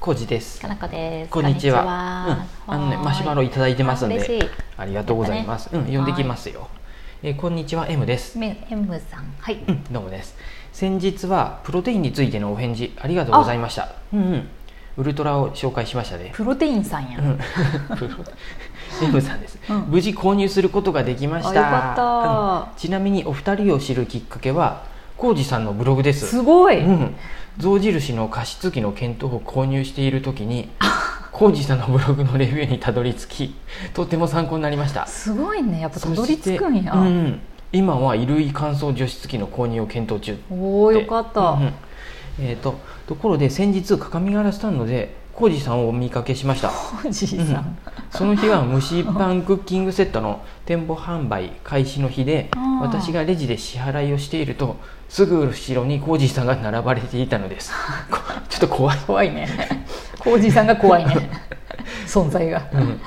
コジですかなこですこんにちはうん、こんあにのねちはマシュマロいただいてますんあ嬉しでいありがとうございます、うん呼んできますよ、えーこんにちは M ですめ M さんはい、うんどうもです先日はプロテインについてのお返事ありがとうございましたうんうんウルトラを紹介しま したねプロテインさんや、うん、プロ M さんです、うん無事購入することができましたあよかったうんちなみにお二人を知るきっかけは浩二さんのブログですすごい、うん、象印の加湿器の検討を購入している時に浩二さんのブログのレビューにたどり着きとても参考になりましたすごいねやっぱたどそりして着くんや、うん今は衣類乾燥除湿器の購入を検討中おおよかった、うんうんえー、とところで先日各務原スタンドで浩二さんをお見かけしましたおじいさん、うんその日は蒸しパンクッキングセットの店舗販売開始の日であー私がレジで支払いをしているとすぐ後ろに浩二さんが並ばれていたのですこちょっと怖い、怖いねおじいさんが怖いね存在が、うん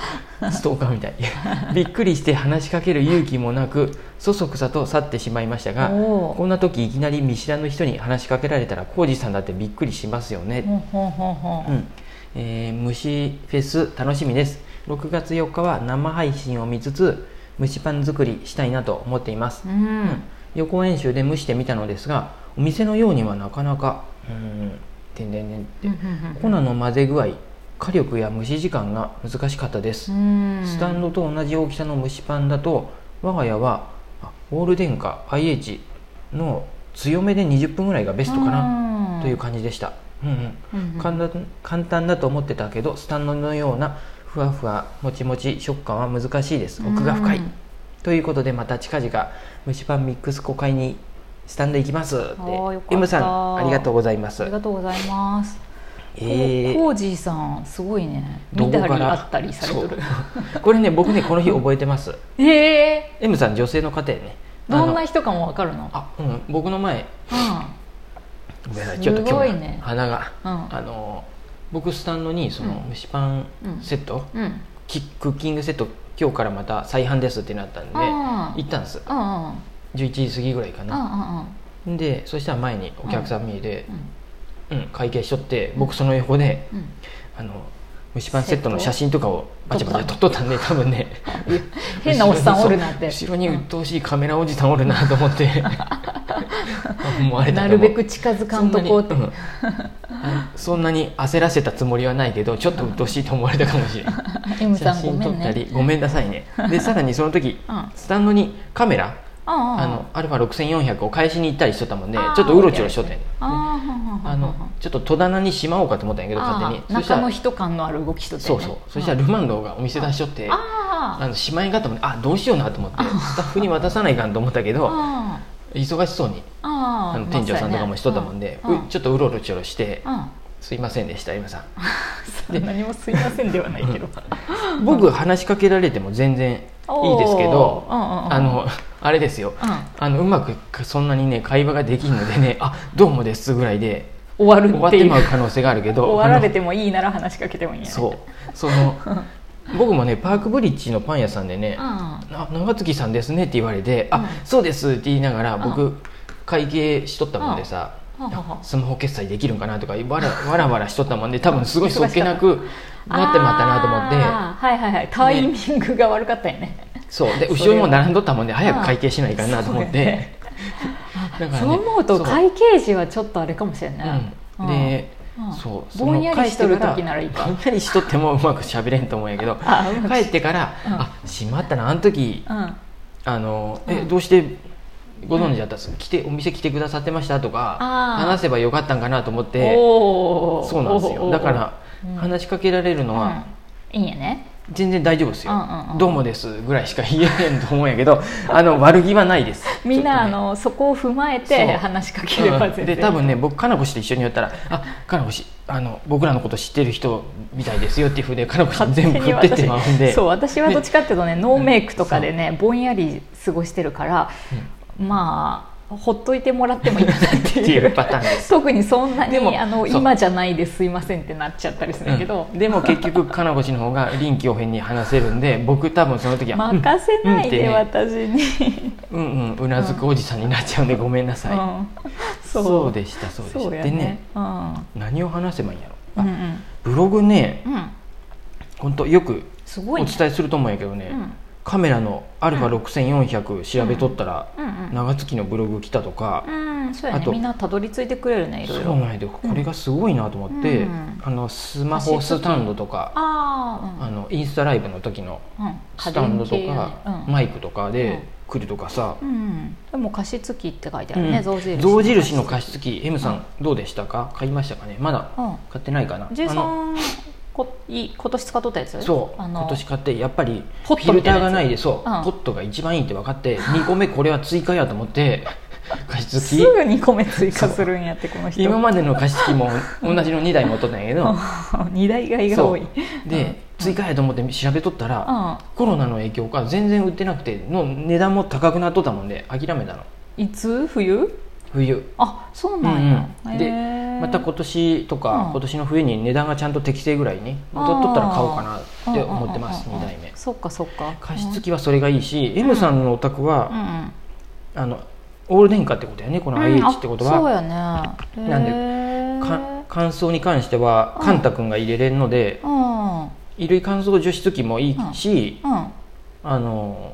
ストーカー みたいびっくりして話しかける勇気もなくそそくさと去ってしまいましたがおーこんな時いきなり見知らぬ人に話しかけられたら浩二さんだってびっくりしますよね、ほんほんほんほうんんえー虫フェス楽しみです6月4日は生配信を見つつ虫パン作りしたいなと思っていますうん予行演習で蒸してみたのですがお店のようにはなかなかうんてんてんてんって粉の混ぜ具合火力や蒸し時間が難しかったです、スタンドと同じ大きさの蒸しパンだと我が家はあオール電化 IH の強めで20分ぐらいがベストかななという感じでした、うんうん、感簡単簡単だと思ってたけどスタンドのようなふわふわもちもち食感は難しいです奥が深いうんということでまた近々蒸しパンミックス粉買いにスタンド行きますってーよかった M さんありがとうございまあすりがとうございます。えコージーさんすごいね。ど見こたかりらあったりされとる。そうこれね僕ねこの日覚えてますええ M さん女性の方やねー、どんあなの人かもわかるの。あうん僕の前ごめんなさいちょっとす今ごい日ねね鼻が、うんあの僕スタンドにそのうん蒸しパンセット、うん。うん。キクッキングセット今日からまた再販ですってなったんであー行ったんですうんうんうん11時過ぎぐらいかなうんうんでそしたら前にお客さん見えて、うん会計しとってうん僕その横でうんあの虫パンセットの写真とかをバチバチ撮っとったんで多分ねうん 変なおっさんおるなって後ろにそう後ろに鬱陶しいカメラおじさんおるなと思って思われたなとる思べうく近づかんとこうって そんなに,うん、そんなに焦らせたつもりはないけどちょっと鬱陶しいと思われたかもしれない M 写さんご真め撮んったりねごめんなさい ねでさらにその時うんうんスタンドにカメラうんあのアルファ6400を返しに行ったりしとったもんであーちょっとうろちょろしとったんやあーあのちょっと戸棚にしまおうかと思ったんやけど勝手にあーそした中らの人感のある動きしとってそうそうそしたらルマンドがお店出しとってああーのしまいんかと思ってあどうしようなと思ってスタッフに渡さないかんと思ったけどあ忙しそうにーああの店長さんとかもしとったもんでうちょっとうろうろちょろしてすいませんでした今さんで何もすいませんではないけど僕話しかけられても全然いいですけど おーうんうんうんあのあれですよあのうまくそんなにね会話ができんので ね「あどうもです」ぐらいで終わる終わっってていうまう可能性があるけど 終わられてもいいなら話しかけてもいいあんのやねそうそ の僕もねパークブリッジのパン屋さんでねうんあ「あ長月さんですね」って言われて「うんあそうです」って言いながらう僕会計しとったもんでさうんはあはあはあスマホ決済できるんかなとかわらわらわらしとったもんで多分すごいそっけなくなってまったなと思って。ーはいはいはいタイミングが悪かったよねそうでそれは後ろにも並んどったもんで早く会計しないかなと思っそうやてね だからねそう思うとそう会計時はちょっとあれかもしれないうんでうんそうぼんやりしとるその時ならいいかぼんやりしとってもうまくしゃべれんと思うんやけど あうまく 帰ってからうんあしまったなあの時うんああのうえんどうしてご存知だったんですか来てお店来てくださってましたとかあー話せばよかったんかなと思っておーそうなんですよだからうん話しかけられるのはうんいいんやね全然大丈夫ですようんうんう「んどうもです」ぐらいしか言えへんと思うんやけどあの悪気はないですみんなあちょっとねのそこを踏まえそてう話しかければうん全然で多分ね僕かなこ氏と一緒にやったら「あかなこ氏あの僕らのこと知ってる人みたいですよ」っていうふうでかなこ氏に勝手全部振にってって私まうんでそう私はどっちかっていうとねノーメイクとかでねぼんやり過ごしてるから、まあほっといてもらってもいいかなってっていいううパターンです特にそんなにでもあのそう今じゃないですいませんってなっちゃったりするんだけど、うんでも結局かなこ氏の方が臨機応変に話せるんで僕多分その時は「うん任せないで、うんうんっ私に、うんうんうなずくおじさんになっちゃうんでごめんなさい」うん、そうでしたそうでしそうたやでねねうん何を話せばいいんやろうあんうん、ブログねうん本当よくすおごいね伝えすると思うんやけどね、うんカメラの α6400 調べとったら、うん長月のブログ来たとか、うんうんそうやあねとみんなたどり着いてくれるねいろいそうろなんやでこれがすごいなと思って、うんあのスマホスタンドとかああのインスタライブの時のあうんうんスタンドと家電系やねか、うんマイクとかうんで来るとかさ、うん、でも加湿器って書いてあうるんね、象印象印の加湿器 M さんどうでしたか買いましたかねまだう買ってないかなんあの J3 こい今年使っとったやつそうあの今年買ってやっぱりフポットィみルたいタなやつーがないでそう、うんポットが一番いいって分か って2個目これは追加やと思って 加湿す器ぐ2個目追加するんやってこの人今までの加湿器も同じの2台持っとったんやけど 2台買いがそ多ういで追加やと思って調べとったら、うんコロナの影響か全然売ってなくての値段も高くなっとったもんで諦めたのいつ冬冬あそうなんや、うんうへんえでまた今年とか、うん今年の冬に値段がちゃんと適正ぐらいにあー取っとったら買おうかなって思ってますうんうん2うんう代ん目そっかそっか加う湿ん器はそれがいいし、M さんのお宅うは、んあのオール電化ってことやねこうのん IH ってことうんあそうは、やねなんででか乾燥に関してはうんカンタ君が入れれんのでうんうん衣類乾燥除湿器もいいし、今あの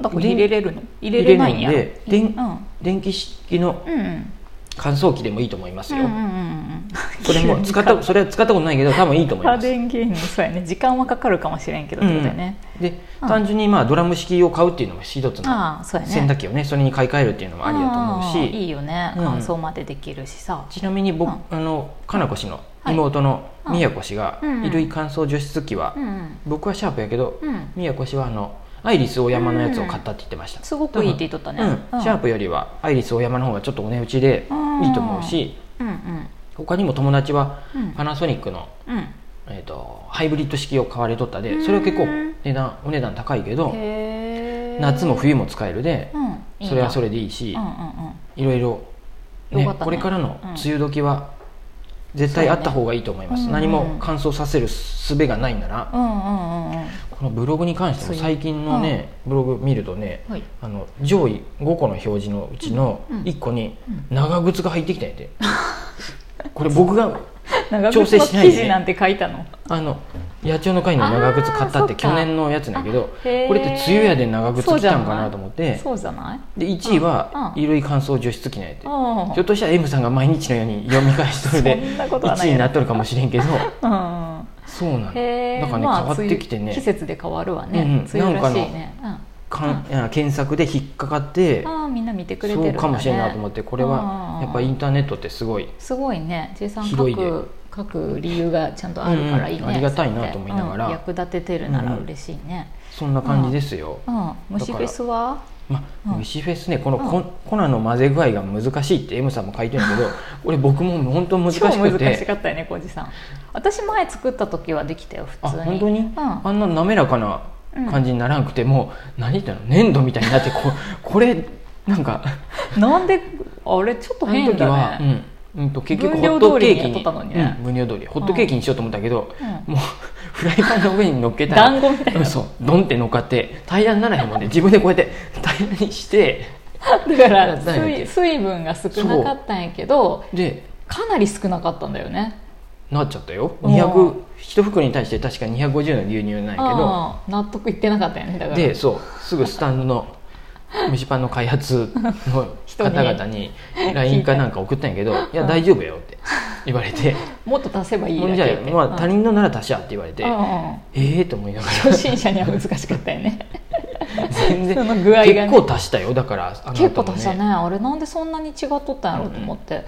度これ入れれるの入れれないんや入れれないんで電うん電気式のうんうん乾燥機でもいいと思いますよ、うんうんうんうんこれ も使ったそれは使ったことないけど多分いいと思い家ます電芸人そうやね時間はかかるかもしれんけどってことやね、でうん単純にまあドラム式を買うっていうのも一つのああそうやね洗濯機をねそれに買い替えるっていうのもありだと思うああしいいよねうん乾燥までできるしさ、ちなみに僕うんあのかなこ氏のはい妹のうんみやこ氏がうん衣類乾燥除湿機はうん、うん僕はシャープやけどうんみやこ氏はあのアイリスオーヤマのやつを買ったって言ってましたすごくいいって言っとったね、うんシャープよりはアイリスオーヤマの方がちょっとお値打ちでいいと思うしうんうん他にも友達はうんパナソニックのうんえーとハイブリッド式を買われとったうでんそれは結構値段お値段高いけどへえ夏も冬も使えるでうんいいなそれはそれれでいいしうんうんうんいろいろ、ねよかったねこれからのうん梅雨時は絶対あった方がいいと思います、そうね何うんうんも乾燥させる術がないなら、うんうんうんうんこのブログに関してもそう最近のね、ブログ見るとねはいあの上位5個の表示のうちのうんうん1個にうん長靴が入ってきたん やて、これ僕が長調整靴のしないで記ね事なんて書いたのあの野鳥の会の長靴買ったってあーそっ去か年のやつなんやけどあへーこれって梅雨やで長靴来たんかなと思ってそうじゃないで1位うんうんは衣類乾燥除湿機なんやて、うんひょっとしたら M さんが毎日のように読み返しとるで そんなことはな1位いよになっとるかもしれんけどうんうんそうなのだからへねえ変まあわってきて梅雨季ね節で変わるわね、うんうん梅雨らしいねうんかんいや検索で引っかかってああみんな見てくれてるそんだ、うね、かもしれんなと思ってこれうんうんうはんやっぱインターネットってすごいすごいね J さん書広いでく書く理由がちゃんとあるからいいね、うんうんありがたいなと思いながらうん役立ててるなら嬉しいねそんな感じですよう。ん、虫フェスはまあ、うん虫フェスねこのうんこ粉の混ぜ具合が難しいって M さんも書いてるん だけど俺僕も本当難し超難くしてかったよね浩二さん私前作った時はできたよあ普通に本当にうんあんな滑らかなうん感じにならんくてもう何言ったの粘土みたいになってこ これなんか。なんであれちょっとあの変時だは、ねうんうんと結局分ホ量ット通ケりーキにやっにとったのにねうん分量通りホットケーキにしようと思ったけど、うんもう フライパンの上に乗っけたら団子みたいなうんそうドンって乗っかって平らにならへんもんで自分でこうやって平らにしてだから何だっ水け水分が少なかったんやけどでかなり少なかったんだよねなっちゃったよう200ん一袋に対して確か250の牛乳なんやけどああ納得いってなかったよねだからでそうすぐスタンドの 虫パンの開発の人方に々に LINE かなんか送ったんやけど「いや大丈夫よ」って言われてもっと足せ「ばいいほだんけじゃってあ、まあ、他うん人のなら足しや」って言われて「うえんうんえー」と思いながら初心者には難しかったよね全然その具合がね結構足したよだからあの後も結構足したねあれなんでそんなに違っとったんやろうと思って、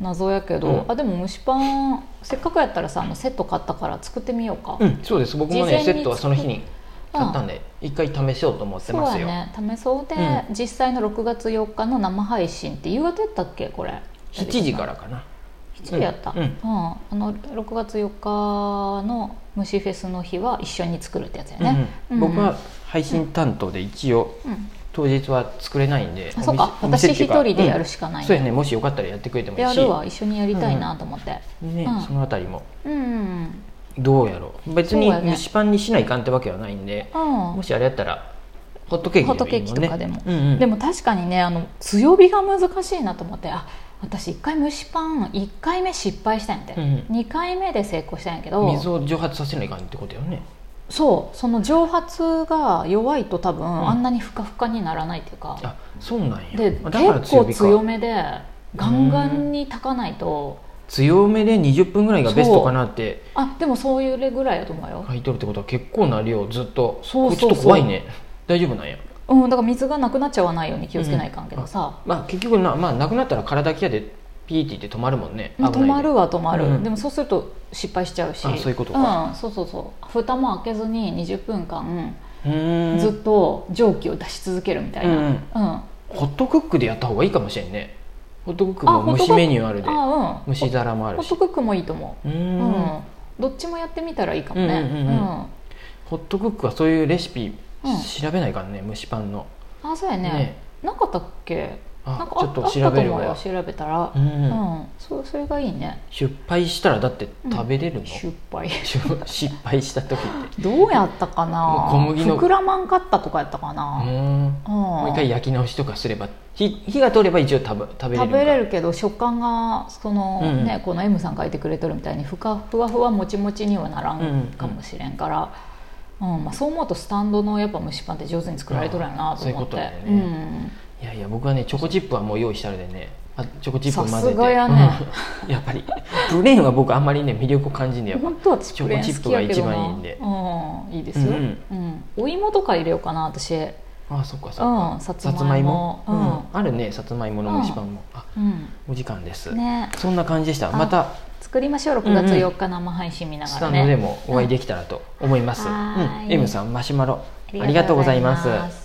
謎やけど、うんあでも蒸しパンせっかくやったらさあのセット買ったから作ってみようか、うんそうです僕も事前ねにセットはその日に買ったんで一回試しようと思ってそうますやよ、ね試そうで、う実際の6月4日の生配信って夕方やったっけこれ7時からかな7時やった、ううんんうんあの6月4日の虫フェスの日は一緒に作るってやつやね、うんうん僕は配信担当で一応うん当日は作れないんであそうかお店私一人でやるししかかないそうやねもしよかったらやってくれてもいいやしるわ一緒にやりたいなと思って、ねうんそのあたりもうんうんどうやろう別そうにやね蒸しパンにしないかんってわけはないんでうんもしあれやったらホットケーキでもいいもんねホットケーキとかでもうんうんでも確かにねあの強火が難しいなと思ってあ私1回蒸しパン1回目失敗したんやて、うん2回目で成功したんやけど水を蒸発させないかんってことよねそうその蒸発が弱いと多分、んあんなにふかふかにならないっていうかあそうなんやであだから結強構火強かめでガンガンに炊かないと強めで20分ぐらいがベストかなってあでもそういうぐらいやと思うよ、書いとるってことは結構な量ずっとそこれうそうそうちょっと怖いね大丈夫なんやうん、だから水がなくなっちゃわないように気をつけないかんけどさ、まあ結局な,、まあ、なくなったら体きやでピーって言って止まるもんね危ないで止まるは止まる、うんでもそうすると失敗しちゃうしあそういうことかうん、そうそうそう蓋も開けずに20分間うーんずっと蒸気を出し続けるみたいな、うんうんホットクックでやった方がいいかもしれんねホットクックあもホ蒸ットクッしクメニューあるであうん蒸し皿もあホるッしトクックもいいと思うーう、うんんどっちもやってみたらいいかもね、うんうんうんうんホットクックはそういうレシピうん調べないかんね蒸しパンのあそうやねねなかったっけなんあかちょあっったとあったと調べる思うよわ調べたらう、うんんそそれがいいね失敗したらだって食べれるの失敗失敗した時ってどうやったかな小麦の膨らまんかったとかやったかうな、ーんうん、もう一回焼き直しとかすれば火火が通れば一応食べ食べれる食べれるるけど食感がその、うんねこの M さん書いてくれとるみたいにふかふわふわもちもちにはならんかもしれんから、うんまあ、そう思うとスタンドのやっぱ蒸しパンって上手に作られとるやなああと思ってそうういうことだよんいやいや僕はねチョコチップはもう用意したあるでねあチョコチップ混ぜてさすがやねうんやっぱりプレーンは僕あんまりね魅力を感じんねやっぱ本当は私チョプレコーチンッ好プきがやけ一ど番いいなんでうん、いいですよ、ううんんお芋とか入れようかな私うんあそっかそっか、さつさつままいいもも、ううんあるねさつまいもの蒸しパンも、あん、お時間です、うんねそんな感じでしたあまた作りましょう6月4日生配信見なスがタらンドでね、もお会いできたらと思います、うんはーいうん M さんマシュマロありがとうございます